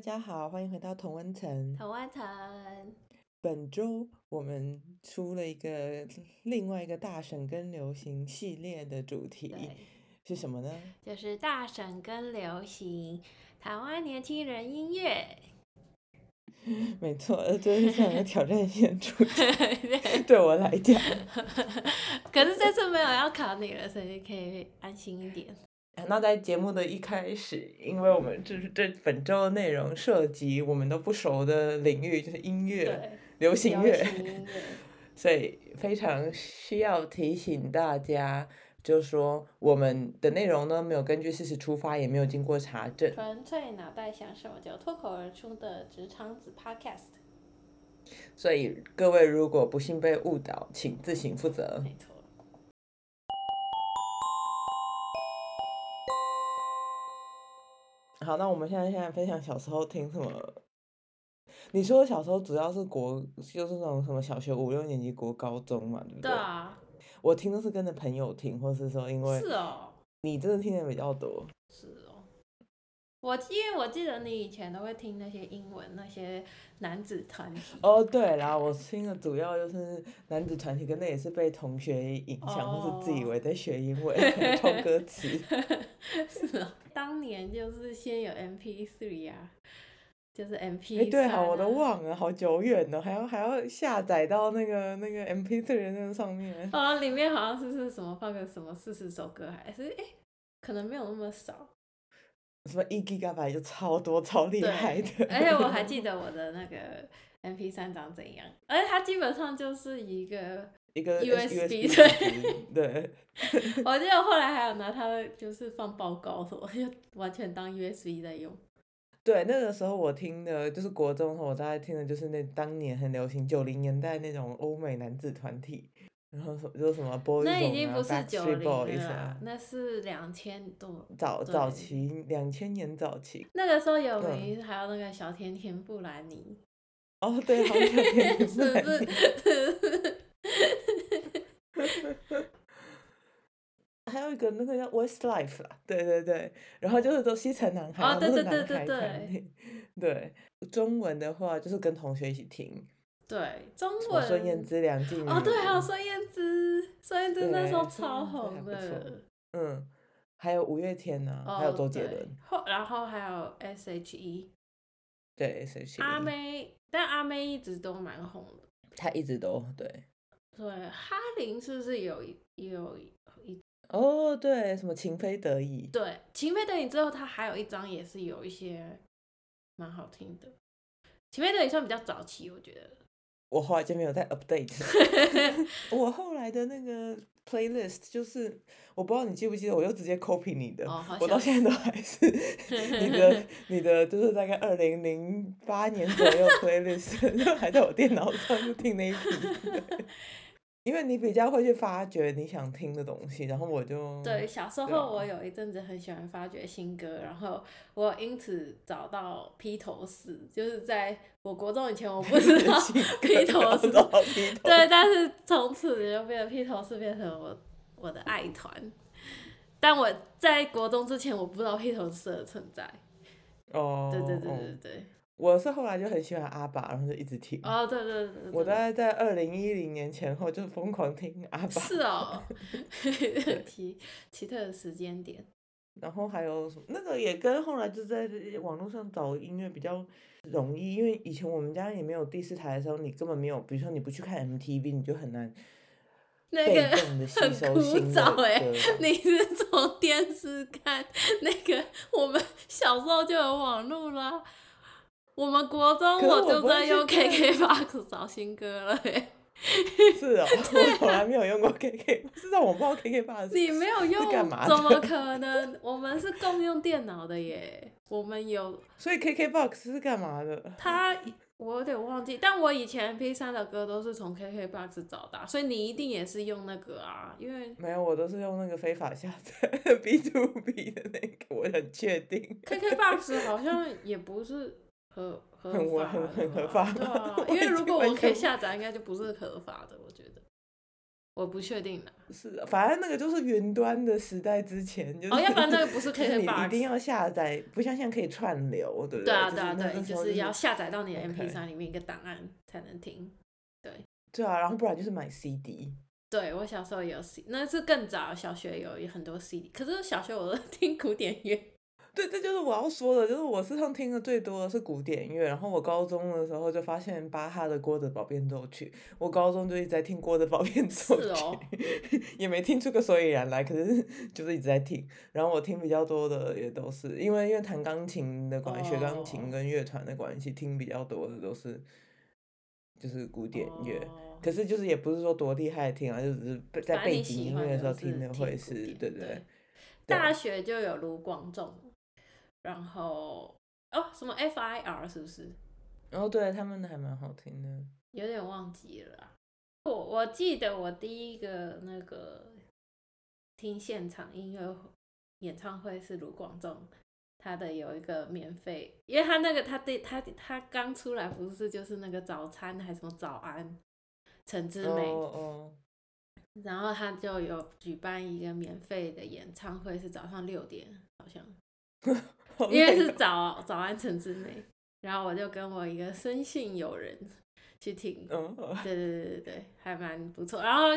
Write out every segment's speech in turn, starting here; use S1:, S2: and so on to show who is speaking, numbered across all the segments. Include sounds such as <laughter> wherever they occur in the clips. S1: 家好，欢迎回到同温层。
S2: 同温层，
S1: 本周我们出了一个另外一个大神跟流行系列的主题
S2: 对，
S1: 是什么
S2: <laughs>
S1: 呢？
S2: 就是大神跟流行台湾年轻人音 <laughs> 乐，
S1: 没错，呃这是非常有挑战性的主题， <laughs>
S2: 对
S1: 对我来讲。 <laughs>
S2: 可是这次没有要考你了，所以可以安心一点。
S1: 那在节目的一开始，因为我们这这本周的内容涉及我们都不熟的领域，就是音乐、
S2: 对，
S1: 流
S2: 流
S1: 行乐。
S2: 行音乐，
S1: 所以非常需要提醒大家，就是说我们的内容呢没有根据事实出发，也没有经过查证。
S2: 纯粹脑袋想什么就脱口而出的职场子 Podcast，
S1: 所以各位如果不幸被误导，请自行负责。
S2: 没错。
S1: 好，那我们现在现在分享小时候听什么？你说小时候主要是国，就是那种什么小学五六年级、国高中嘛，对不
S2: 对啊，
S1: 我听都是跟着朋友听，或是说因为
S2: 是哦，
S1: 你真的听的比较多。
S2: 是哦。我因为我记得你以前都会听那些英文那些男子团体，
S1: 哦，对啦，我听的主要就是男子团体，跟那也是被同学影响，或是自以
S2: 哦
S1: 为在学英
S2: <laughs>
S1: 文抄歌词。
S2: 是
S1: 啊
S2: 哦，当年就是先有 MP 3啊，就是 MP
S1: 哎，
S2: 3
S1: 对哈，我都忘了，好久远了，还要还要下载到那个那个 MP 3的那个上面。
S2: 哦，里面好像是不是什么放个什么四十首歌，还是哎，可能没有那么少。 <laughs>
S1: 什么一 gigabyte 就超多，超厉
S2: 对
S1: 害的。
S2: 而且我还记得我的那个 MP 3长怎样，而且它基本上就是一个，
S1: <laughs> 一个
S2: USB
S1: 对对，
S2: 我记得后来还有拿它就是放报告什么，就完全当 USB 在用。
S1: 对，那个时候我听的就是国中的时候，我大概听的就是那当年很流行九零年代那种欧美男子团体，然后什么就是什么 Boys
S2: 那已
S1: Zone
S2: 经
S1: 啊
S2: 不是九
S1: Backstreet
S2: 零了
S1: Boys 啊
S2: 啦，那是两千多。
S1: 早早
S2: 对
S1: 期两千年早期
S2: 那个时候有
S1: 嗯
S2: 名，还有那个小甜甜布兰妮，
S1: 哦，
S2: <laughs>
S1: 对，好像
S2: 是不是？是不是？
S1: <laughs> 还有一个那个叫 Westlife 啦，对对对，然后就是都西城男孩，
S2: 哦
S1: 然后都
S2: 对
S1: 是
S2: 对
S1: 男
S2: 对
S1: 孩
S2: 对
S1: 团体，对中文的话就是跟同学一起听，
S2: <laughs> 对，中
S1: 什么
S2: 文
S1: 孙燕姿、梁静茹
S2: 哦，对，还有孙燕姿，孙燕姿那时候
S1: 对孙
S2: 超
S1: 燕姿还
S2: 红
S1: 不错
S2: 的，
S1: 嗯，还有五月天呐、
S2: 哦，
S1: 还有周杰
S2: 对
S1: 伦，，
S2: 后然后还有 S.H.E，
S1: 对，谁谁
S2: 阿妹，但阿妹一直都蛮红的。
S1: 他一直都对。
S2: 对，哈林是不是有一有一
S1: 哦，对，什么情非得已，
S2: 对《情非得已》之后，他还有一张也是有一些蛮好听的，《情非得已》算比较早期，我觉得。
S1: 我后来就没有再 update 了。我后来的那个 playlist 就是，我不知道你记不记得，我就直接 copy 你的，
S2: 哦好
S1: 我到
S2: 像
S1: 现在都还是你的你的，就是大概二零零八年左右 playlist <laughs> 都还在我电脑上就听那一批。对 <laughs> 因为你比较会去发掘你想听的东西，然后我就
S2: 对，小时
S1: 对啊
S2: 候我有一阵子很喜欢发掘新歌，然后我因此找到披头士，就是在我国中以前我不知
S1: <laughs>
S2: 道
S1: 性格
S2: 披头
S1: 然后
S2: 士，
S1: 到披头
S2: 对，但是从此就变成披头士变成我我的爱团。但我在国中之前我不知道披头士的存在，
S1: 哦，
S2: 对对对
S1: 哦
S2: 对对，
S1: 我是后来就很喜欢阿爸，然后就一直听。
S2: 哦对对对对，
S1: 我 <laughs> 大概在二零一零年前后就疯狂听阿爸，
S2: 是哦， <laughs> 奇奇特的时间点，
S1: 然后还有什么那个也跟后来就在网络上找音乐比较容易，因为以前我们家也没有第四台的时候，你根本没有，比如说你不去看 MTV，你就很难
S2: <laughs> 那
S1: 被
S2: 个。
S1: 动的吸
S2: 很
S1: 收
S2: 枯
S1: 新的
S2: 燥哎、
S1: 歌。
S2: <laughs> 你是从电视看那个？我们小时候就有网络啦。我们国中
S1: 可是我
S2: 就
S1: 不会
S2: 在用
S1: 去看
S2: KKBOX 找新歌了、欸，
S1: 是哦，我从来没有用过 KK，是让我不知道 KK 爸
S2: <laughs> 你没有用
S1: 干嘛，的
S2: 怎么可能？我们是共用电脑的耶，我们有
S1: 所以 KKBOX 是干嘛的？
S2: 他，我有点忘记，但我以前 P 3的歌都是从 KKBOX 找的啊、所以你一定也是用那个啊，因为
S1: 没有，我都是用那个非法下载 <laughs> B to B 的那个，我很确定。
S2: KKBox 好像也不是合
S1: <laughs>
S2: 合
S1: 很
S2: 法
S1: 违
S2: 的
S1: 很很合
S2: 吧
S1: 法
S2: 对
S1: 吗，
S2: 啊
S1: 我
S2: 因为
S1: 已
S2: 如
S1: 经 <laughs>
S2: 果
S1: 完
S2: 我可以
S1: 全
S2: 下载，应该就不是合法的，我觉得。我不确定啦。
S1: 是啊，反正那个就是云端的时代之前，就是、
S2: 哦，要不然那个不是
S1: 就是 <laughs> 你
S2: KK
S1: 一定
S2: Box。
S1: 要下载，不像现在可以串流，对不
S2: 对啊，
S1: 就
S2: 对啊，
S1: 是那
S2: 对，
S1: 那时
S2: 就
S1: 候
S2: 是要下载到你的
S1: OK
S2: MP3 里面一个档案才能听。
S1: 对啊，然后不然就是买 CD，
S2: 对我小时候也有 CD，那是更早，小学有很多 CD，可是小学我都听古典乐。
S1: 对，这就是我要说的，就是我事实上听的最多的是古典乐，然后我高中的时候就发现巴哈的《郭德堡变奏曲》，我高中就一直在听《郭德堡变奏曲
S2: 是》哦
S1: <laughs> 也没听出个所以然来，可是 <laughs> 就是一直在听。然后我听比较多的也都是因为因为弹钢琴的关系，学钢琴
S2: 哦
S1: 跟乐团的关系，听比较多的都是就是古典乐。
S2: 哦
S1: 可是就是也不是说多厉害的听啊，就只是背在
S2: 反正
S1: 背
S2: 你
S1: 景
S2: 喜
S1: 音
S2: 欢
S1: 乐的时候
S2: 就
S1: 听
S2: 是
S1: 的会
S2: 古
S1: 是，
S2: 典
S1: 对对啊
S2: 对
S1: 对。
S2: 大学就有卢广仲，然后哦什么 FIR 是不是？
S1: 然后对啊他们的还蛮好听的。
S2: 有点忘记了啊。我我记得我第一个那个听现场音乐会演唱会是卢广仲，他的有一个免费，因为他那个他对他他刚出来不是就是那个早餐还是什么早安，陈之
S1: 哦
S2: 美，
S1: 哦，
S2: 然后他就有举办一个免费的演唱会，是早上六点好像，
S1: 好
S2: 因
S1: 累
S2: 为是
S1: 哦
S2: 早早安陈之美，然后我就跟我一个深信友人去听，
S1: 嗯，哦
S2: 对对对对对，还蛮不错。然后，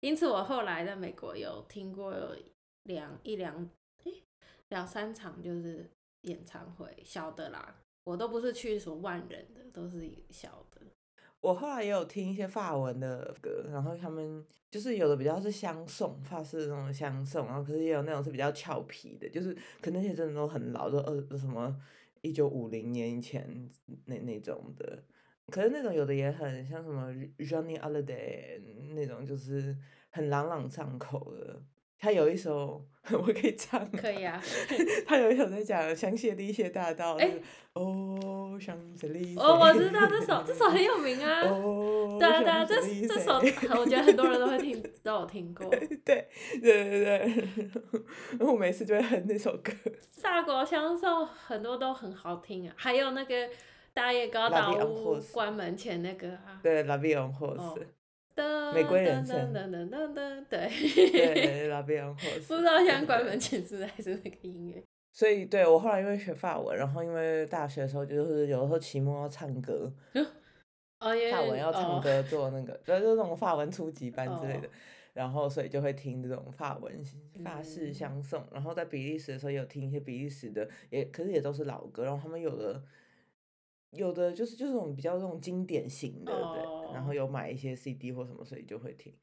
S2: 因此我后来在美国有听过有两一两诶两三场就是演唱会，小的啦，我都不是去什么万人的，都是小的。
S1: 我后来也有听一些法文的歌，然后他们就是有的比较是相送，法式那种相送，然后可是也有那种是比较俏皮的，就是可能那些真的都很老，就二什么一九五零年以前那那种的。可是那种有的也很像什么 Johnny Holiday 那种，就是很朗朗上口的。他有一首 <laughs> 我可以唱，
S2: 可以啊，
S1: <laughs> 他有一首在讲香榭丽榭大道，就
S2: 哎
S1: 是哦，香榭丽。
S2: <laughs> 哦，我知道
S1: <laughs>
S2: 这首，这首很有名啊。
S1: 哦，
S2: 对啊对啊，
S1: 香
S2: 这
S1: 榭丽
S2: 这
S1: 榭
S2: 首我觉得很多人都会听，都有
S1: <laughs>
S2: 听过。
S1: 对对对对， <laughs> 然后我每次就会哼那首歌。
S2: 法国香颂很多都很好听啊，还有那个大叶高
S1: 拉
S2: 岛
S1: 力昂
S2: 屋
S1: 霍斯
S2: 关门前那个啊，
S1: 对，La Vie en
S2: 哦
S1: Rose，玫瑰人生
S2: 噔噔噔噔噔，对，
S1: 对，La
S2: <laughs>
S1: Vie en Rose。
S2: 不知道现在
S1: 对
S2: 关门。前是不是还是那个音乐？
S1: 所以，对我后来因为学法文，然后因为大学的时候就是有的时候期末要唱歌，
S2: 哦，因为
S1: 法文要唱
S2: 哦，
S1: 歌做那个，就是那种法文初级班之类的
S2: 哦。
S1: 然后，所以就会听这种法文、法式
S2: 嗯
S1: 相送。然后在比利时的时候，也有听一些比利时的，也可是也都是老歌。然后他们有的有的就是就是那种比较那种经典型的，对。然后
S2: 哦
S1: 有买一些 CD 或什么，所以就会听。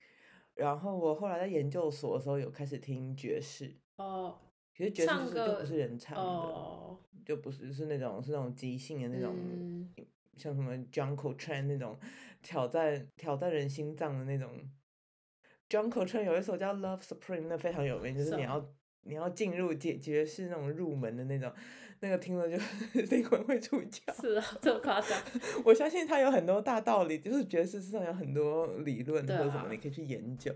S1: 然后我后来在研究所的时候，有开始听爵士。
S2: 哦
S1: 其实爵士就
S2: 唱
S1: 是就
S2: 歌
S1: 不是人唱的，
S2: 哦，
S1: 就不是是那种是那种即兴的那种。
S2: 嗯，
S1: 像什么 John Coltrane 那种挑战挑战人心脏的那种。John Coltrane 有一首叫《Love Supreme》，那非常有名，就是
S2: 是
S1: 你
S2: 哦
S1: 要你要进入爵爵士那种入门的那种，那个听了就 <laughs> 灵魂会出窍。
S2: 是啊，这么夸张，
S1: 我相信它有很多大道理，就是爵士市场有很多理论或
S2: 对
S1: 者什么
S2: 啊，
S1: 你可以去研究。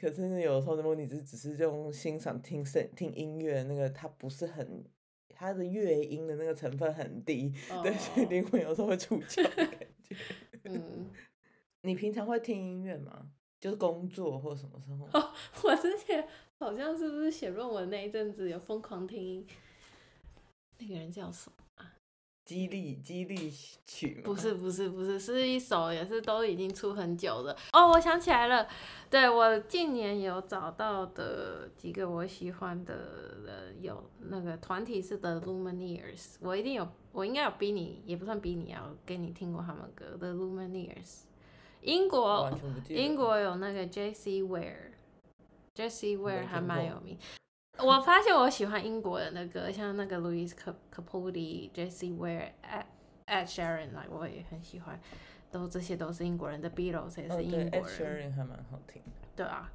S1: 可是呢有时候，如果你只只是用欣赏听声听音乐，那个它不是很，它的乐音的那个成分很低，对，所以
S2: 哦
S1: 灵魂有时候会出窍的
S2: <laughs>
S1: 感觉。
S2: 嗯，
S1: 你平常会听音乐吗？就是工作或什么时候？
S2: 我之前好像是不是写论文那一阵子有疯狂听，那个人叫什么？
S1: 激励激励曲吗？
S2: 不是不是不是，是一首也是都已经出很久了。哦，我想起来了，对我近年有找到的几个我喜欢的人，有那个团体是 The Lumineers，我一定有，我应该有逼你，也不算逼你啊，我给你听过他们歌 The Lumineers，英
S1: 我
S2: 国
S1: 完全不记得。
S2: 英国有那个 J C Ware，J C
S1: 没
S2: Ware 还
S1: 听
S2: 蛮
S1: 过
S2: 有名。我发现我喜欢英国人的歌，像那个 Louis Cap- Capaldi、J C Ware、Ed Ed Sheeran，like 我也很喜欢，都这些都是英国人的 Beatles 也
S1: 哦，
S2: 是
S1: 对
S2: 英
S1: ，Ed
S2: 国人，
S1: Sheeran 还蛮好听的。
S2: 对啊。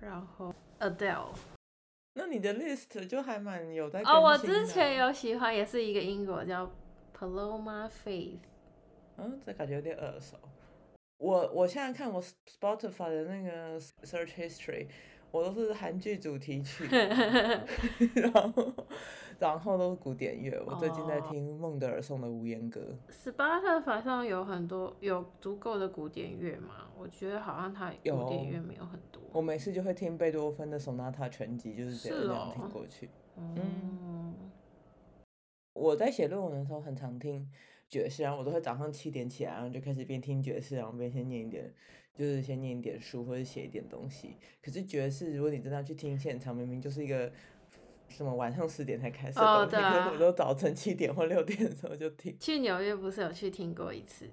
S2: 然后 Adele，
S1: 那你的 list 就还蛮有在更新的
S2: 哦，
S1: 啊
S2: 我之前，有喜欢，也是一个英国叫 Paloma Faith，
S1: 嗯，这感觉有点耳熟。我我现在看我 Spotify 的那个 search history，我都是韩剧主题
S2: <laughs>
S1: 曲， <laughs> 然后然后都是古典乐。我最近在
S2: 哦
S1: 听孟德尔颂的《无言歌》，
S2: Spotify 上有很多有足够的古典乐嘛？我觉得好像它
S1: 有
S2: 古典乐没有很多。
S1: 我每次就会听贝多芬的 Sonata 全集，就是这样
S2: 是
S1: 那样
S2: 哦
S1: 听过去。
S2: 嗯，
S1: 我在写论文的时候很常听爵士，然啊后我都会早上七点起来，然后就开始边听爵士，然后边先念一点，就是先念一点书或者写一点东西。可是爵士，如果你真的要去听现场，明明就是一个什么晚上十点才开始的
S2: 哦
S1: 东西，
S2: 对
S1: 可是
S2: 啊
S1: 我都早晨七点或六点的时候就听。
S2: 去纽约不是有去听过一次？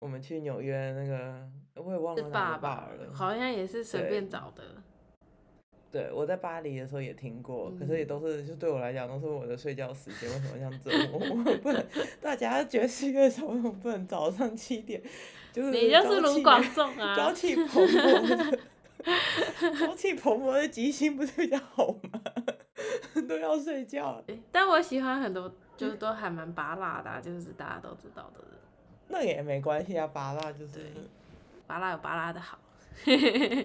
S1: 我们去纽约那个，我也忘
S2: 是
S1: 了哪个
S2: 爸
S1: bar
S2: 爸
S1: 了。
S2: 好像也是随
S1: 对
S2: 便找的。
S1: 对，我在巴黎的时候也听过，可是也
S2: 嗯
S1: 都是就对我来讲都是我的睡觉时间。为什么这样折磨 <laughs> 我？不能，大家爵士乐手为什么不能早上七点？就是
S2: 你就是
S1: 朝
S2: 卢
S1: 气
S2: 广仲
S1: 朝 <laughs>
S2: 啊，
S1: 气蓬
S2: <laughs>
S1: 勃的，朝气蓬勃的即兴不是比较好吗？ <laughs> 都要睡觉了，
S2: 诶但我喜欢很多，就是都还蛮拔辣的啊、就是大家都知道的人。
S1: 那个也没关系啊，拔蜡就是
S2: 拔辣有拔辣的好。 <laughs>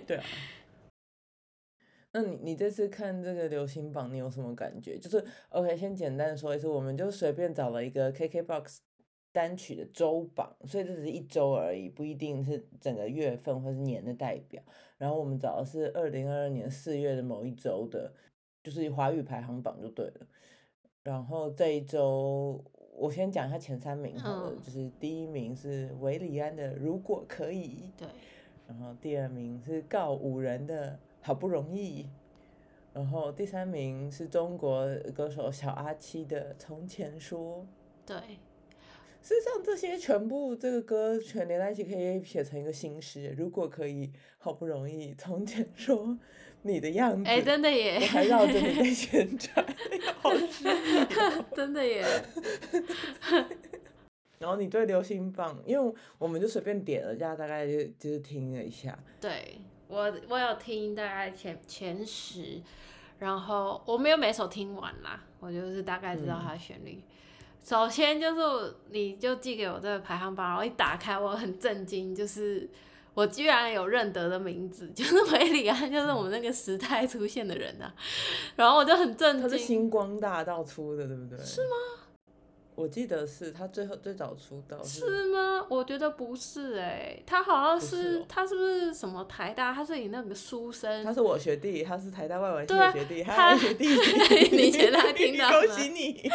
S1: 对啊。 <laughs> 那你你这次看这个流行榜，你有什么感觉？就是 OK，先简单地说一次，我们就随便找了一个 KKBOX 单曲的周榜，所以这只是一周而已，不一定是整个月份或是年的代表。然后我们找的是二零二二年四月的某一周的，就是华语排行榜就对了。然后这一周我先讲一下前三名好了，
S2: 嗯
S1: 就是第一名是韦礼安的《如果可以》，
S2: 对，
S1: 然后第二名是告五人的好不容易，然后第三名是中国歌手小阿七的《从前说》。
S2: 对，
S1: 事实上，这些全部这个歌全连在一起可以写成一个新诗。如果可以，好不容易从前说你的样子，
S2: 哎、真的耶
S1: 我，还绕着你在旋转，好诗意哦
S2: <laughs> 真的耶，
S1: <laughs> 然后你对流行榜，因为我们就随便点了一下，大概就就是听了一下，
S2: 对我我有听大概前前十，然后我没有每首听完啦，我就是大概知
S1: 嗯
S2: 道它的旋律。首先就是你就寄给我这个排行榜，然后一打开我很震惊，就是我居然有认得的名字， <laughs> 就是韦礼安，就是我们那个时代出现的人呐、啊，然后我就很
S1: 它
S2: 震
S1: 是
S2: 惊。
S1: 星光大道出的，对不对？是吗？我记得是他最后最早出道是
S2: 是吗？我觉得不是哎、他好像
S1: 不
S2: 是
S1: 是哦
S2: 他是不是什么台大？他是以那个书生
S1: 他是我学弟，他是台大外文系
S2: 对啊
S1: 的学弟，
S2: 他
S1: 还是学弟，
S2: <laughs> 你觉得他听到吗
S1: 恭喜 <laughs> 你，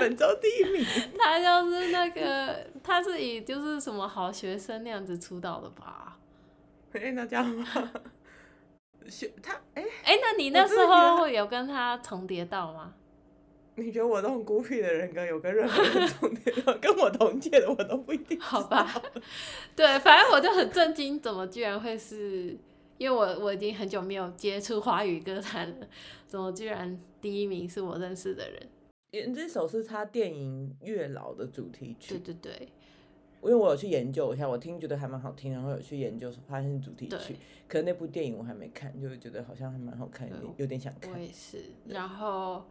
S1: 本周第一名。
S2: <laughs> 他就是那个，他是以就是什么好学生那样子出道的吧？
S1: 哎、那这样吗？学他哎、
S2: 哎、那你那
S1: 我
S2: 时
S1: 真的觉得
S2: 候
S1: 他
S2: 会有跟他重叠到吗？
S1: 你觉得我这种孤僻的人格有跟任何人重叠到，跟我同届的我都不一定。
S2: 好
S1: <laughs>
S2: 吧，对，反正我就很震惊，怎么居然会是？因为我我已经很久没有接触华语歌坛了，怎么居然第一名是我认识的人？
S1: 也这首是他电影《月老》的主题曲，
S2: 对对对
S1: 因为我有去研究一下，我听觉得还蛮好听，然后有去研究发现是主题
S2: 对，
S1: 曲。可是那部电影我还没看，就觉得好像还蛮好看，有
S2: 对
S1: 点有点想看
S2: 我。也是。然后，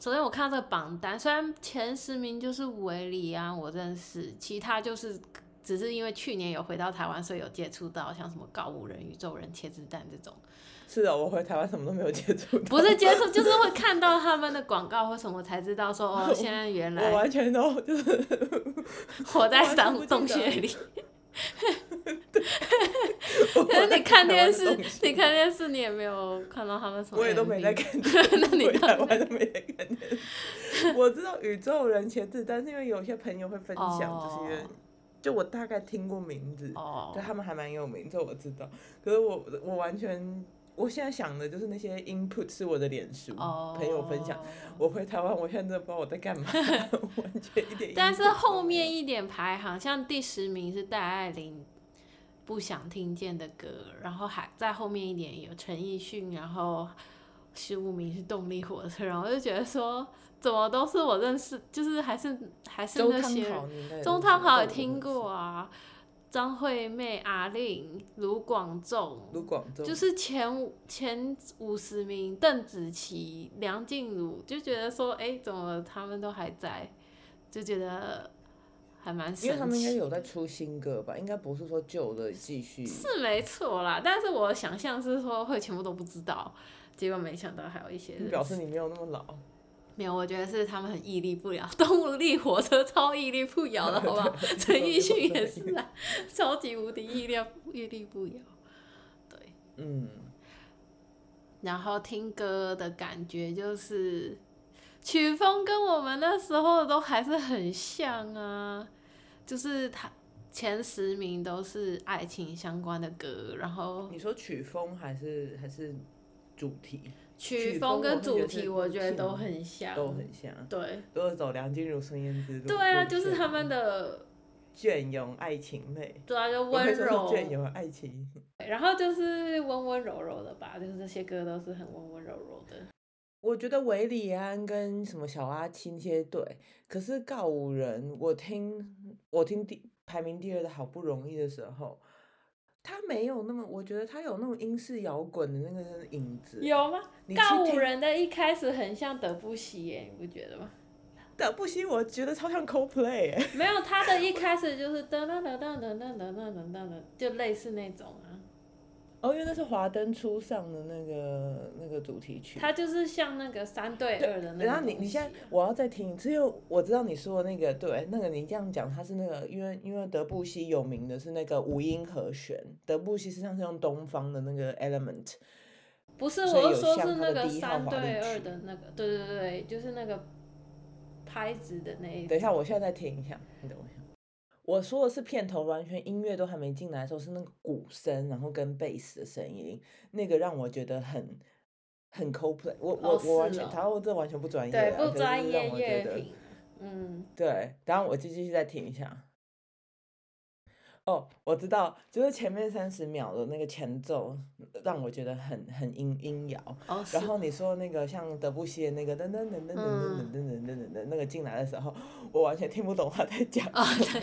S2: 首先我看到这个榜单，虽然前十名就是维里安，我认识，其他就是只是因为去年有回到台湾，所以有接触到像什么告五人、宇宙人、茄子蛋这种，
S1: 是啊、我回台湾什么都没有接触到，
S2: 不是接触，就是会看到他们的广告或什么才知道说哦，现在
S1: <laughs>
S2: 原
S1: 我
S2: 来
S1: 完全都就是 <laughs>
S2: 活在
S1: 我完全不
S2: 山
S1: 记
S2: 洞
S1: 得
S2: 穴里。
S1: <laughs> 我
S2: 可是
S1: 在
S2: <laughs> 你看
S1: 台湾
S2: 电
S1: 的
S2: 视
S1: 东，西
S2: 你看电视，你也没有看到他们什么 MV。
S1: 我也都没在看电视，
S2: <laughs> 那你
S1: 回
S2: 到
S1: 台
S2: 底
S1: 湾都没在看电
S2: <laughs>
S1: 视。我知道宇宙人茄子，但是因为有些朋友会分享这些
S2: 哦，
S1: 就我大概听过名字，
S2: 哦
S1: 就，他们还蛮有名，这我知道。可是我我完全，我现在想的就是那些 input 是我的脸书
S2: 哦，
S1: 朋友分享。我回台湾，我现在真的不知道我在干嘛，
S2: <laughs>
S1: 完全一点。
S2: 但是后面一点排行，像第十名是戴爱玲，不想听见的歌，然后还在后面一点有陈奕迅，然后十五名是动力火车，然后我就觉得说，怎么都是我认识，就是还是还是
S1: 周
S2: 那
S1: 汤
S2: 些
S1: 豪
S2: 人，
S1: 你应该也认识吧，
S2: 中汤好
S1: 这
S2: 也
S1: 我都
S2: 听
S1: 认识
S2: 过，啊，张惠妹、阿令、卢广仲，
S1: 卢广仲
S2: 就是前五前五十名，邓紫棋、梁静茹，就觉得说，哎、怎么他们都还在，就觉得还蛮
S1: 因为他
S2: 神
S1: 们应该
S2: 奇。
S1: 有在出新歌吧，应该不是说旧的继续。
S2: 是没错啦，但是我想象是说会全部都不知道，结果没想到还有一些
S1: 你
S2: 人
S1: 表示你没有那么老，
S2: 没有，我觉得是他们很屹立不摇，动物力火车超屹立不摇的，好不
S1: <laughs>
S2: 好？陈奕迅也是啊，超级无敌屹立屹立不摇。对，
S1: 嗯，
S2: 然后听歌的感觉就是曲风跟我们那时候都还是很像啊，就是他前十名都是爱情相关的歌，然后
S1: 你说曲风还是还是主题
S2: 曲
S1: 曲风
S2: 跟
S1: 我会觉
S2: 主
S1: 得
S2: 题
S1: 是
S2: 我觉得
S1: 近
S2: 都很像，
S1: 都很像，
S2: 对
S1: 都是走梁静茹、孙燕姿路。
S2: 对啊，
S1: 路
S2: 就是
S1: 线
S2: 他们的。
S1: 隽永爱情类，
S2: 对啊，就
S1: 我
S2: 温
S1: 会说是
S2: 柔，
S1: 隽永爱情。 <laughs>
S2: 然后就是温温柔柔的吧，就是这些歌都是很温温柔柔的。
S1: 我觉得韦礼安跟什么小阿亲些对，可是告五人，我听我听第排名第二的好不容易的时候，他没有那么，我觉得他有那种英式摇滚的那个影子。
S2: 有吗？
S1: 你去
S2: 告五
S1: 听
S2: 人的一开始很像德布西耶，你不觉得吗？
S1: 的不行，我觉得超像 CoPlay，、欸、
S2: 没有，他的一开始就是噔噔噔噔噔噔噔噔噔噔，就类似那种啊。
S1: 哦，因为那是华灯初上的那个那个主题曲。
S2: 他就是像那个三对二的那个、啊
S1: 然后你你现在我要再听一次，因为我知道你说的那个对，那个你这样讲，它是那个，因为因为德布西有名的是那个五音和弦，德布西实际上是用东方的那个 element，
S2: 不是，
S1: 所以
S2: 我
S1: 有
S2: 是说
S1: 像
S2: 是
S1: 他
S2: 那
S1: 的
S2: 个
S1: 第一号
S2: 三
S1: 华
S2: 对
S1: 丽
S2: 二
S1: 曲
S2: 的那个，对对对对，就是那个拍子的那一
S1: 等一下，我现在再听一下，你等我一下。我说的是片头，完全音乐都还没进来的时候，是那个鼓声，然后跟贝斯的声音，那个让我觉得很很 Coldplay。我我、
S2: 哦
S1: 我完
S2: 是
S1: 全，
S2: 哦
S1: 然后这完全不专业啊，
S2: 对
S1: 可是
S2: 不
S1: 就是
S2: 专
S1: 让
S2: 业
S1: 我觉
S2: 乐
S1: 得
S2: 评，嗯，
S1: 对，然后我就继续再听一下。哦，我知道，就是前面三十秒的那个前奏，让我觉得很很阴阴摇。
S2: 哦是
S1: 然后你说那个像德布西的那个噔噔噔噔噔噔
S2: 嗯
S1: 噔噔噔噔噔那个进来的时候，我完全听不懂他在讲
S2: 啊
S1: 什么。
S2: 对。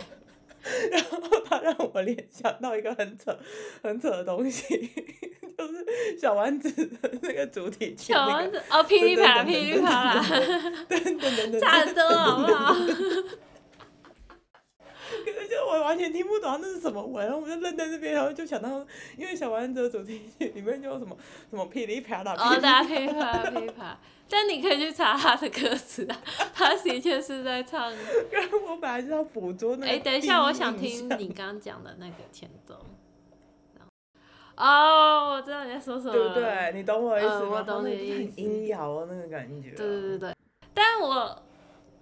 S1: <laughs> 然后他让我联想到一个很扯、很扯的东西， <laughs> 就是小丸子的那个主题曲，
S2: 小
S1: 那
S2: 丸
S1: 个
S2: 子 <laughs> 哦，噼里啪啦，噼里啪啦，
S1: 噔噔噔噔，
S2: 差很多好不
S1: <laughs>
S2: 好？
S1: 可是 <laughs> 就我完全听不懂它那是什么文，然后我就愣在那边，然后就想到，因为小丸子的主题曲里面就有什么 <laughs> 什么噼里啪啦，
S2: 哦，
S1: <laughs> 噼里
S2: 大家噼里啪啦，噼里啪啦。但你可以去查他的歌词啊，他的确是在唱。
S1: 然后我本来是要捕捉那个。
S2: 哎，等一下，我想听。你刚刚讲的那个前奏。哦，我知道你在说什么
S1: 对
S2: 了。
S1: 不对？你懂我意思
S2: 嗯
S1: 吗？
S2: 我懂你的意思
S1: 很阴摇啊，那个感觉啊、
S2: 对对对对，但我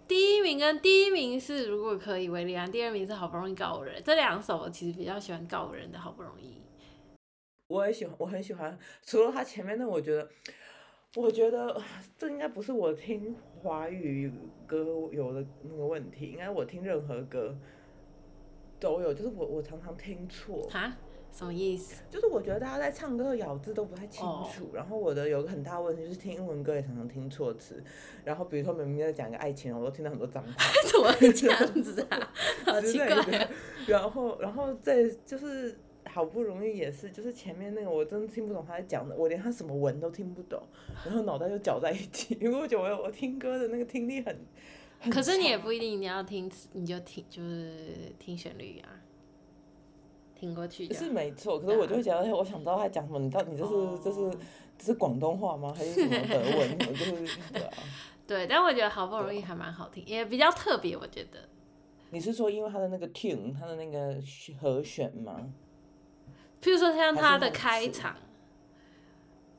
S2: 第一名跟第一名是如果可以维利安，第二名是好不容易告五人，这两首我其实比较喜欢告五人的好不容易。
S1: 我也喜欢，我很喜欢。除了他前面的，我觉得，我觉得 <sighs> 这应该不是我听华语歌有的那个问题，应该我听任何歌都有，就是我我常常听错。
S2: 哈，什么
S1: <laughs>
S2: 意思？
S1: 就是我觉得大家在唱歌的咬字都不太清
S2: 哦
S1: 楚然后我的有个很大问题就是听英文歌也常常听错词，然后比如说明明在讲一个爱情，我都听到很多脏话
S2: 怎么会这样子啊？ <laughs> 好
S1: 之
S2: 奇
S1: 类
S2: 怪、啊
S1: 的。，然后然后再就是好不容易也是，就是前面那个我真的听不懂他在讲的，我连他什么文都听不懂，然后脑袋就搅在一起， <laughs> 因为我觉得我我听歌的那个听力很。很
S2: 可是你也
S1: 差
S2: 不一定你要听词，你就听就是听旋律啊，听过去的啊。
S1: 是没错，可是我就会觉得，哎我想知道他讲什么，你到底这是、这是
S2: 哦
S1: 这是广东话吗？还是什么德文？我就是对啊。
S2: 对，但我觉得好不容易还蛮好听，也比较特别，我觉得
S1: 你是说因为它的那个 tune，它的那个旋和弦吗？
S2: 譬如说像
S1: 还是
S2: 它
S1: 那
S2: 的
S1: 种
S2: 开
S1: 词
S2: 场，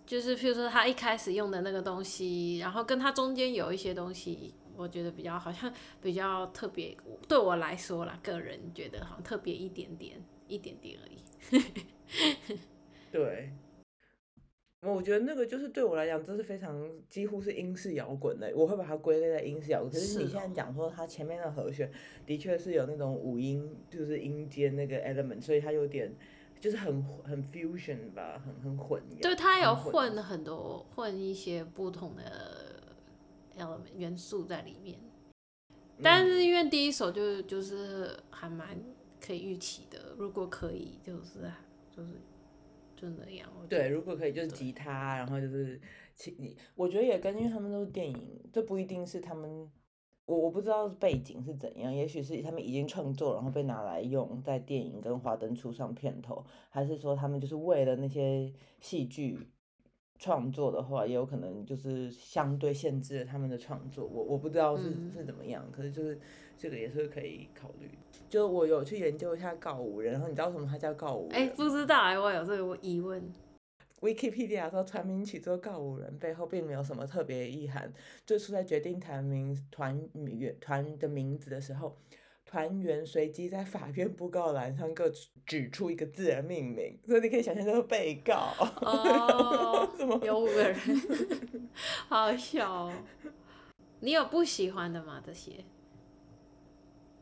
S2: 就是譬如说他一开始用的那个东西，然后跟它中间有一些东西，我觉得比较好像比较特别，对我来说啦，个人觉得好像特别一点点，一点点而已。
S1: 对，我觉得那个就是对我来讲，这是非常几乎是英式摇滚的，我会把它归类在英式摇滚。可是
S2: 是
S1: 你现在
S2: 哦
S1: 讲说它前面的和弦的确是有那种五音，就是音阶那个 element，所以它有点就是很很 fusion 吧，很很混。
S2: 对，它有
S1: 很混
S2: 混很多混一些不同的 element 元素在里面。
S1: 嗯
S2: 但是因为第一首就就是还蛮可以预期的，如果可以就是就是就那样。我觉得
S1: 对，如果可以，就是
S2: 对
S1: 吉他，然后就是其，我觉得也跟因为他们都是电影，这不一定是他们。我我不知道背景是怎样，也许是他们已经创作，然后被拿来用在电影跟华灯初上片头，还是说他们就是为了那些戏剧创作的话，也有可能就是相对限制了他们的创作。我我不知道是
S2: 嗯
S1: 是怎么样，可是就是这个也是可以考虑。就我有去研究一下告五人，然后你知道为什么它叫告五人
S2: 哎、
S1: 吗？
S2: 不知道哎、我有这个疑问。
S1: Wikipedia 说，团名起作告五人背后并没有什么特别的意涵。最初在决定团名团员团的名字的时候，团员随即在法院布告栏上各指指出一个字而命名，所以你可以想象这个被告。，
S2: 哦
S1: <laughs> 怎么
S2: 有五个人， <laughs> 好小哦。你有不喜欢的吗？这些？
S1: <laughs>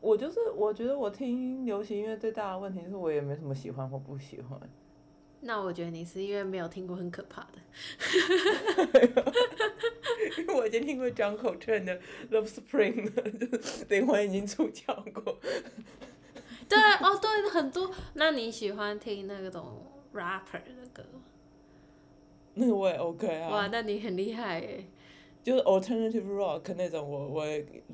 S1: 我就是我觉得我听流行音乐最大的问题是我也没什么喜欢或不喜欢。
S2: 那我觉得你是因为没有听过很可怕的。
S1: 因 <laughs> 为我已经听过 John Coltrane 的《Love Spring》了，就是灵魂已经出窍过。
S2: 对哦，对，很多。那你喜欢听那种 rapper 的歌？
S1: 那个我也 OK 啊。
S2: 哇，那你很厉害耶！
S1: 就是 alternative rock 那种，我我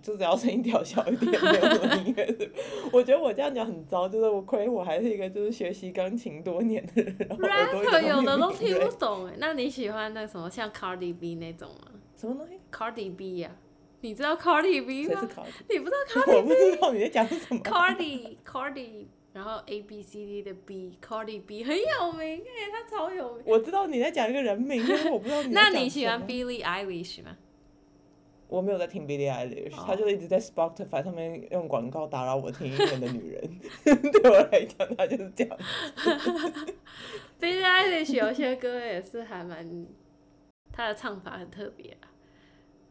S1: 就只要声音调小一点，没有什么音乐是。 <laughs> 我觉得我这样讲很糟，就是我亏我还是一个就是学习钢琴多年的人，然后耳朵哦
S2: rapper
S1: 一点
S2: 有的
S1: 没
S2: 都
S1: 敏
S2: 听
S1: 锐
S2: 不懂哎，那你喜欢那什么像 Cardi B 那种吗
S1: 什么东西？
S2: ？Cardi B 呀、你知道 Cardi B
S1: 谁是
S2: 吗？
S1: 考？
S2: 你不知道
S1: <laughs> 我不知道你在讲什么。
S2: Cardi Cardi，然后 A B C D 的 B Cardi B 很有名哎，他超有名。
S1: 我知道你在讲一个人名，但是我不知道你在
S2: 那
S1: 讲
S2: 你喜
S1: 什
S2: 欢
S1: 么
S2: Billie Eilish 吗？
S1: 我没有在听 Billie Eilish，、
S2: 哦
S1: 她就一直在 Spotify 上面用广告打扰我听音乐的女人。 <laughs> 对我来讲，她就是这样。
S2: Billie Eilish 有些歌也是还蛮，她的唱法很特别、啊，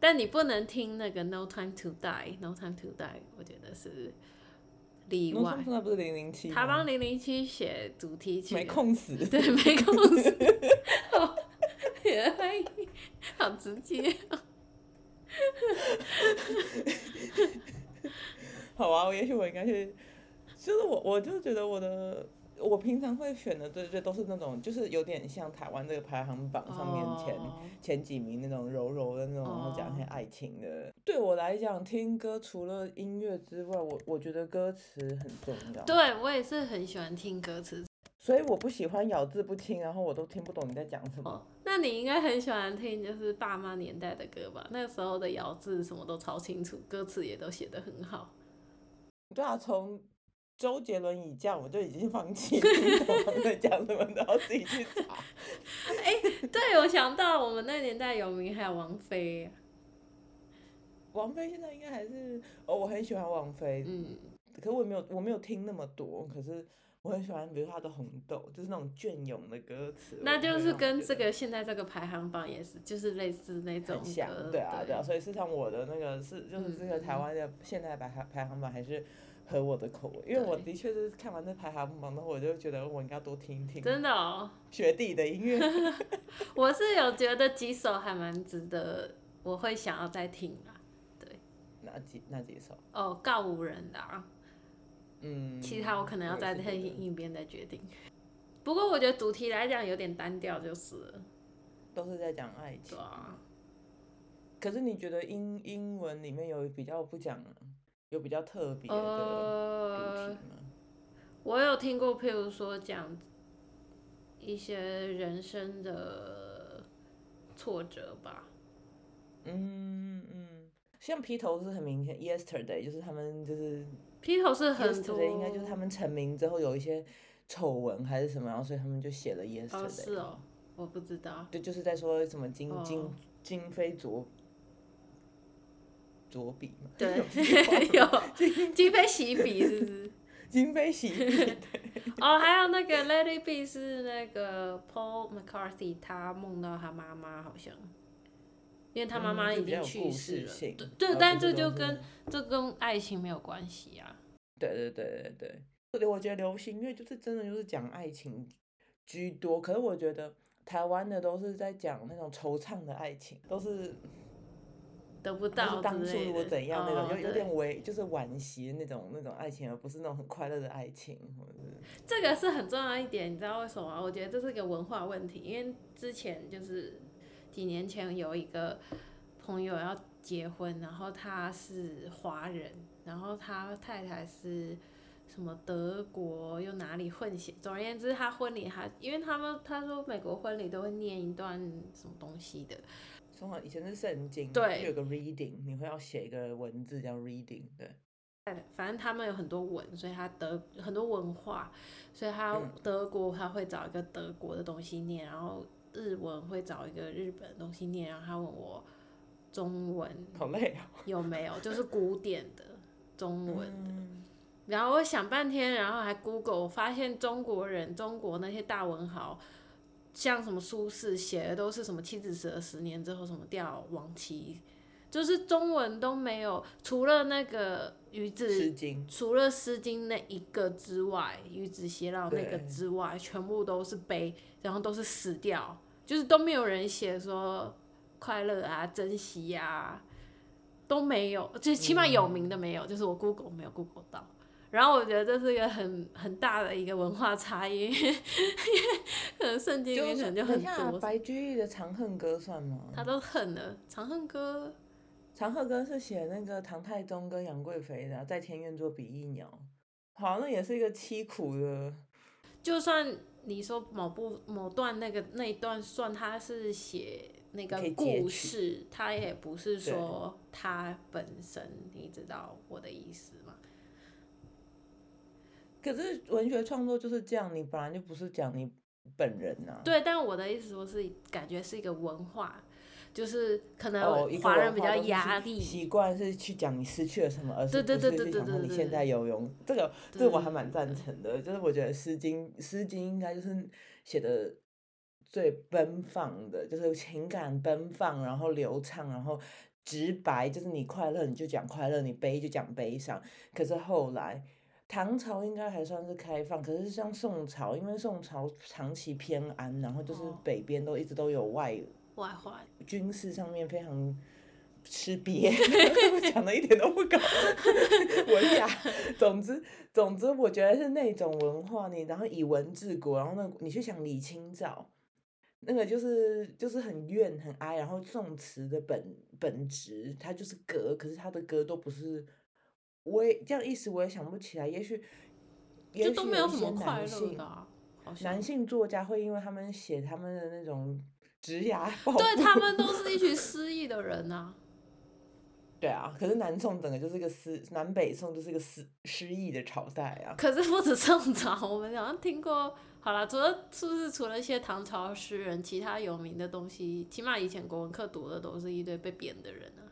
S2: 但你不能听那个 No Time to Die，No Time to Die，我觉得是例
S1: 我
S2: 外
S1: 上。次那不是零零七？
S2: 他帮零零七写主题曲，
S1: 没，空死。
S2: <laughs> 对，没空死，
S1: <laughs>
S2: <laughs> 好原来好直接。
S1: <laughs> 好啊，我也许我应该去，就是我我就觉得我的我平常会选的，对对，都是那种就是有点像台湾这个排行榜上面前、
S2: 哦
S1: 前几名那种柔柔的那种，然后讲一些
S2: 哦
S1: 爱情的。对我来讲，听歌除了音乐之外，我我觉得歌词很重要。
S2: 对我也是很喜欢听歌词
S1: 所以我不喜欢咬字不清，然后我都听不懂你在讲什么。
S2: 哦。那你应该很喜欢听就是爸妈年代的歌吧？那时候的咬字什么都超清楚，歌词也都写得很好。
S1: 对啊，从周杰伦以降，我就已经放
S2: <laughs>
S1: 弃听懂他们在讲什么，然后自己去查。
S2: 对，我想到我们那年代有名还有王菲，啊
S1: 王菲现在应该还是哦，我很喜欢王菲，
S2: 嗯，
S1: 可我没有我没有听那么多，可是我很喜欢，比如她的《红豆》，就是那种隽永的歌词。
S2: 那
S1: 我会
S2: 就是
S1: 让我
S2: 跟
S1: 觉
S2: 这
S1: 得
S2: 个现在这个排行榜也是，就是类似那种
S1: 很像
S2: 歌，，
S1: 对啊，对啊，
S2: 对嗯
S1: 所以事实上我的那个是就是这个台湾的现代排行排行榜还是合我的口味，因为我的
S2: 对
S1: 确就是看完这排行榜，然后我就觉得我应该多听一听
S2: 真的哦。
S1: 学弟的音乐。 <laughs>
S2: 我是有觉得几首还蛮值得，我会想要再听啦。
S1: 哪几哪几首？
S2: 哦，告五人的啊，
S1: 嗯，
S2: <laughs> 其他我可能要
S1: 也
S2: 再
S1: 是觉得
S2: 听一遍再决定。不过我觉得主题来讲有点单调，就是了，
S1: 都是在讲爱
S2: 对
S1: 情。
S2: 啊。
S1: 可是你觉得英英文里面有比较不讲，有比较特别的主
S2: 呃
S1: 题，吗？
S2: 我有听过，譬如说讲一些人生的挫折吧，
S1: 嗯嗯，像披头是很明显，Yesterday 就是他们就是
S2: 披头士很多，
S1: Yesterday 应该就是他们成名之后有一些丑闻还是什么，然后所以他们就写了 Yesterday。
S2: 哦，是哦，我不知道。
S1: 对，就是在说什么今今
S2: 哦
S1: 今非昨昨比嘛， <laughs>
S2: 对
S1: 有这句话吗，
S2: <laughs> 有鸡飞洗笔是不是？
S1: 今非
S2: <laughs>
S1: 昔比。
S2: 哦，还有那个 Let It Be 是那个 Paul McCartney，他梦到他妈妈好像，因为他妈妈
S1: 嗯就
S2: 已
S1: 比较
S2: 经
S1: 有
S2: 去
S1: 故
S2: 世
S1: 事
S2: 了。
S1: 性哦
S2: 对
S1: 而
S2: 对，
S1: 不
S2: 但
S1: 是
S2: 这
S1: 都
S2: 就是跟这跟爱情没有关系啊。
S1: 对对对对对，或者我觉得流行乐就是真的就是讲爱情居多，可是我觉得台湾的都是在讲那种惆怅的爱情，都是
S2: 得不
S1: 就
S2: 到
S1: 是
S2: 之
S1: 当初
S2: 类
S1: 如
S2: 的
S1: 果，怎样那种，
S2: 哦
S1: 有有
S2: 对
S1: 点为就是惋惜的那种那种爱情，而不是那种很快乐的爱情，或者是
S2: 这个是很重要一点，你知道为什么吗？我觉得这是一个文化问题，因为之前就是几年前有一个朋友要结婚，然后他是华人，然后他太太是什么德国又哪里混血，总而言之，他婚礼他因为他们他说美国婚礼都会念一段什么东西的，
S1: 通常以前是圣经，
S2: 对
S1: 就有个 reading，你会要写一个文字叫 reading，对，
S2: 反正他们有很多文，所以他德很多文化，所以他
S1: 嗯
S2: 德国他会找一个德国的东西念，然后日文会找一个日本的东西念，然后他问我中文
S1: 好累啊、
S2: 有没有，就是古典的中文。
S1: 嗯，
S2: 然后我想半天，然后还 Google，我发现中国人、中国那些大文豪，像什么苏轼写的都是什么妻子死了十年之后，什么吊亡妻，就是中文都没有，除了那个鱼
S1: 诗
S2: 子，
S1: 经，
S2: 除了《诗经》那一个之外，鱼子偕老那个
S1: 对
S2: 之外，全部都是悲，然后都是死掉，就是都没有人写说快乐啊、珍惜呀、都没有，就起码有名的没有，就是我 Google 没有 Google 到。然后我觉得这是一个很很大的一个文化差异，因 <laughs> 为因为可能圣经里面可能就
S1: 等
S2: 很
S1: 一下
S2: 多，
S1: 白居易的《长恨歌》算吗？
S2: 他都恨了。长恨歌
S1: 长恨歌是写那个唐太宗跟杨贵妃的啊、在天愿作比翼鸟，好像也是一个凄苦的。
S2: 就算你说某部某段那个那一段算他是写那个
S1: 可以截取
S2: 故事，他也不是说他本身，你知道我的意思吗？
S1: 可是文学创作就是这样，你本来就不是讲你本人呐、啊。
S2: 对，但我的意思说是感觉是一个文化，就是可
S1: 哦，
S2: 能
S1: 一个
S2: 华
S1: 文
S2: 人比
S1: 化
S2: 较
S1: 都是
S2: 压
S1: 去
S2: 力，
S1: 习惯是去讲你失去了什么，而是
S2: 对对
S1: 不
S2: 对
S1: 是
S2: 对
S1: 去
S2: 对
S1: 想
S2: 对
S1: 说你
S2: 对
S1: 现
S2: 对
S1: 在有用。这个这个我还蛮赞
S2: 对
S1: 成的，就是我觉得《诗经》《诗经》应该就是写的最奔放的，就是情感奔放，然后流畅，然后直白，就是你快乐你就讲快乐，你悲就讲悲伤。可是后来。唐朝应该还算是开放，可是像宋朝，因为宋朝长期偏安，然后就是
S2: 哦
S1: 北边都一直都有外
S2: 外化。
S1: 军事上面非常吃瘪， <laughs> 讲的一点都不高 <laughs> 文雅。总之，总之，我觉得是那种文化，你然后以文治国，然后呢，你去想李清照，那个就是就是很怨很哀，然后宋词的本本质，它就是歌，可是他的歌都不是，我也这样一时我也想不起来，也许。也
S2: 就
S1: 许
S2: 都没有
S1: 一
S2: 什
S1: 些
S2: 么快
S1: 男
S2: 乐
S1: 性
S2: 的、啊，好像
S1: 男性作家会因为他们写他们的那种职涯抱负，
S2: 对他们都是一群失意的人啊。
S1: 对啊，可是南宋整个就是一个失，南北宋就是一个失失意的朝代
S2: <laughs>
S1: 啊。
S2: 可是不止宋朝，我们好像听过。好啦，除了是不是除了一些唐朝诗人，其他有名的东西，起码以前国文课读的都是一堆被贬的人啊，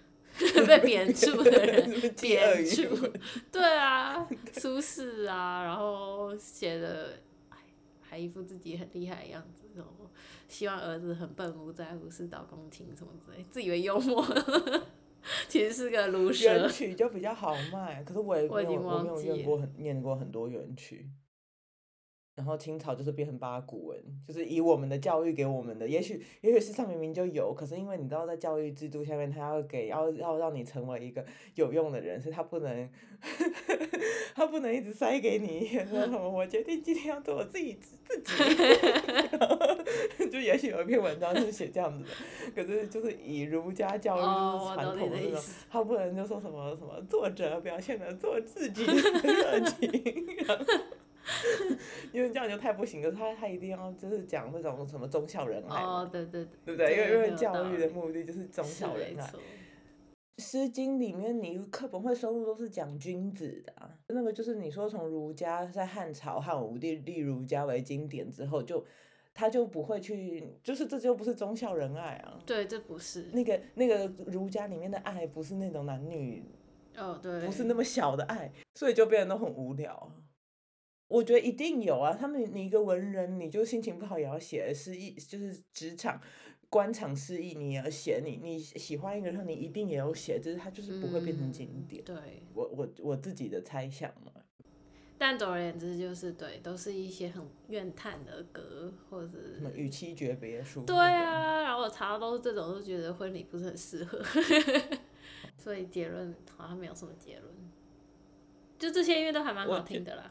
S2: <laughs> 被贬黜的
S1: <laughs>
S2: 人， <laughs>
S1: 是饥饿
S2: 贬
S1: 与 <laughs>
S2: 黜
S1: 文，
S2: 对啊，苏轼啊，然后写的哎还一副自己很厉害的样子，然后希望儿子很笨，无在乎世道公卿什么之类，自以为幽默， <laughs> 其实是个卢
S1: 元
S2: 蛇。
S1: 曲就比较好卖，可是我也
S2: 我
S1: 没
S2: 已
S1: 有
S2: 经
S1: 我没
S2: 忘
S1: 有
S2: 记
S1: 念
S2: 了
S1: 过很念过很多元曲。然后清朝就是变成八股文，就是以我们的教育给我们的，也许也许世上明明就有，可是因为你知道在教育制度下面，他要给要要让你成为一个有用的人，所以他不能 <laughs> 他不能一直塞给你 <laughs> 说什么我决定今天要做我自己自己，然后 <laughs> 就也许有一篇文章是写这样子的，可是就是以儒家教育就
S2: 哦，
S1: 是
S2: 我
S1: 传
S2: 懂
S1: 统
S2: 你
S1: 的
S2: 的
S1: 那
S2: 意
S1: 种
S2: 思。
S1: 他不能就说什么什么作者表现的做自
S2: <laughs>
S1: 己的热情， <laughs> 然后因为这样就太不行了。他他一定要就是讲那种什么忠孝仁爱嘛，
S2: 哦，对对对，
S1: 对不对？因为
S2: 对
S1: 因
S2: 很
S1: 为
S2: 有
S1: 教
S2: 道
S1: 育的
S2: 理
S1: 目的就是忠
S2: 是
S1: 孝
S2: 没
S1: 仁爱。
S2: 错。
S1: 诗经里面你课本会收录都是讲君子的、啊，那个就是你说从儒家在汉朝汉武帝立儒家为经典之后就。他就不会去，就是这就不是忠孝仁爱啊。
S2: 对，这不是。
S1: 那个那个儒家里面的爱，不是那种男女
S2: 哦，对。
S1: 不是那么小的爱，所以就变得都很无聊。我觉得一定有啊，他们你一个文人，你就心情不好也要写失意，就是职场、官场失意，你也要写。你你喜欢一个人，你一定也要写，只是他就是不会变成经
S2: 嗯
S1: 典。
S2: 对，
S1: 我我我自己的猜想嘛，
S2: 但总而言之就是对，都是一些很怨叹的歌，或者是
S1: 什么与妻诀别书。
S2: 对，啊，然后我查到都是这种，就觉得婚礼不是很适合， <laughs> 所以结论好像没有什么结论。就这些音乐都还蛮好听的啦，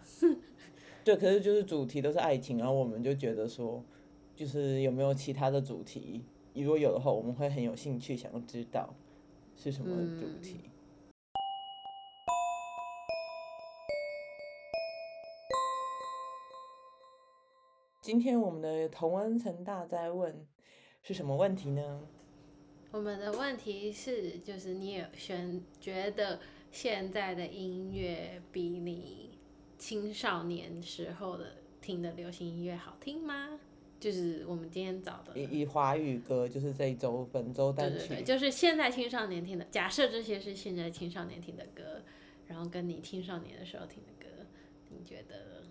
S1: 对，可是就是主题都是爱情，然后我们就觉得说，就是有没有其他的主题？如果有的话，我们会很有兴趣想要知道。是什么主题。今天我们的同温层大灾问是什么问题呢？
S2: 我们的问题是，就是你有选觉得现在的音乐比你青少年时候的听的流行音乐好听吗？就是我们今天找的，
S1: 以以华语歌就是这一周本周单
S2: 对
S1: 曲，
S2: 对对，就是现在青少年听的。假设这些是现在青少年听的歌，然后跟你青少年的时候听的歌，你觉得？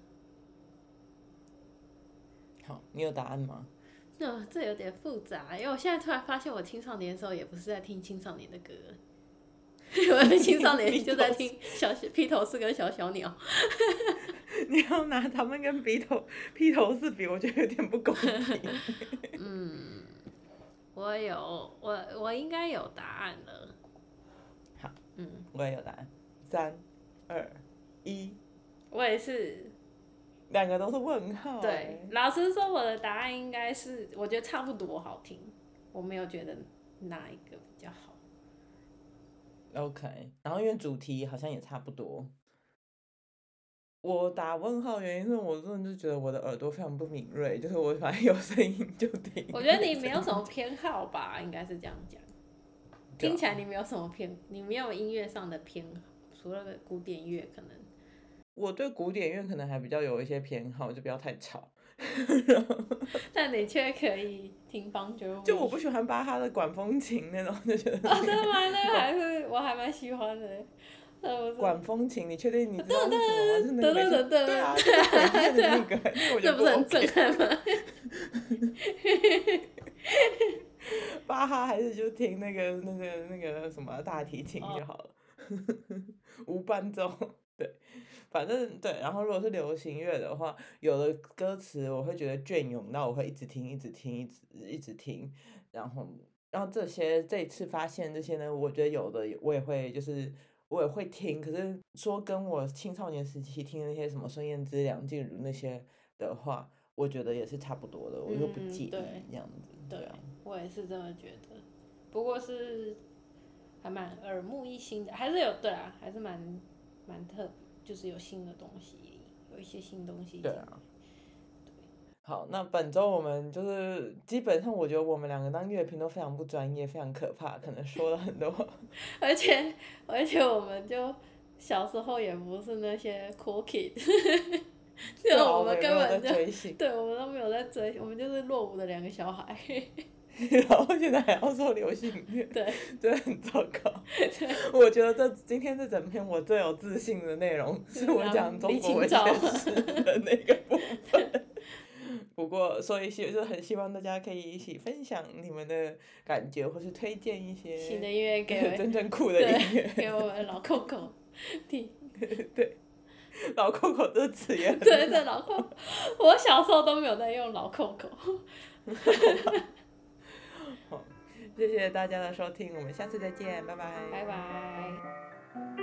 S1: 好，你有答案吗？
S2: <laughs> 那、哦这有点复杂，因为我现在突然发现，我青少年的时候也不是在听青少年的歌， <laughs> 我的青少年就在听小披头士跟小小鸟。
S1: <laughs> 你要拿他们跟鼻头 <laughs> 披头士比，我觉得有点不公平。
S2: 嗯我有，我我应该有答案了。
S1: 好，
S2: 嗯，
S1: 我也有答案，三、二、一，
S2: 我也是。
S1: 两个都是问号。
S2: 对，，老实说，我的答案应该是，我觉得差不多好听，我没有觉得哪一个比较好。
S1: OK，然后因为主题好像也差不多。我打问号原因是我真的就觉得我的耳朵非常不敏锐，就是我反正有声音就听。
S2: 我觉得你没有什么偏好吧，应该是这样讲。
S1: <laughs> 对啊
S2: 听起来你没有什么偏，你没有音乐上的偏好，除了古典乐可能。
S1: 我对古典乐可能还比较有一些偏好，就不要太吵。
S2: 但你却可以听邦爵舞。
S1: 就我不喜欢巴哈的管风琴那种， <laughs> 就觉得
S2: 啊，真的吗？那个还是我还蛮喜欢的，那不是？
S1: 管风琴，你确定你知道是什么吗？就是那个每次
S2: 噔噔噔噔
S1: 对啊，就是鬼灭的那个， <laughs> 那个我觉
S2: 那
S1: 得
S2: 不是很
S1: OK
S2: 震撼吗？
S1: 巴哈还是就听那个那个那个什么大提琴就好了， <laughs> 无伴奏。 <laughs> 对，反正对。然后如果是流行乐的话，有的歌词我会觉得隽永，那我会一直听，一直听，一直一直听。然后，然后这些这一次发现这些呢，我觉得有的我也会就是。我也会听，可是说跟我青少年时期听的那些什么孙燕姿、梁静茹那些的话，我觉得也是差不多的，我就不
S2: 嗯
S1: 介意
S2: 对
S1: 这样子。
S2: 对
S1: 啊，
S2: 我也是这么觉得，不过是还蛮耳目一新的，还是有对啊，还是蛮蛮特，就是有新的东西，有一些新东西。
S1: 对啊。好，那本周我们就是基本上，我觉得我们两个当乐评都非常不专业，非常可怕，可能说了很多
S2: 而且而且我们就小时候也不是那些 cool kid， <laughs>
S1: 对
S2: <laughs> 就
S1: 啊
S2: 我
S1: 我
S2: 们
S1: 也
S2: 根
S1: 没有在
S2: 本就
S1: 追星，
S2: 对我们都没有在追，我们就是落伍的两个小孩。
S1: <laughs> 然后现在还要说流行乐，
S2: <laughs> 对，
S1: <laughs> 真的很糟糕。我觉得这今天这整篇我最有自信的内容是我
S2: 嗯
S1: 讲中国文学
S2: 啊
S1: 史的那个部分。不过，所以希就很希望大家可以一起分享你们的感觉，或是推荐一些 <laughs>
S2: 新的音乐给我
S1: 真正酷的音 <laughs> 乐。
S2: 给我们老扣扣
S1: <laughs>
S2: 听，
S1: 老扣扣这词也很
S2: 对对老扣，我小时候都没有在用老扣扣。
S1: 好，谢谢大家的收听，我们下次再见，拜拜。
S2: 拜拜。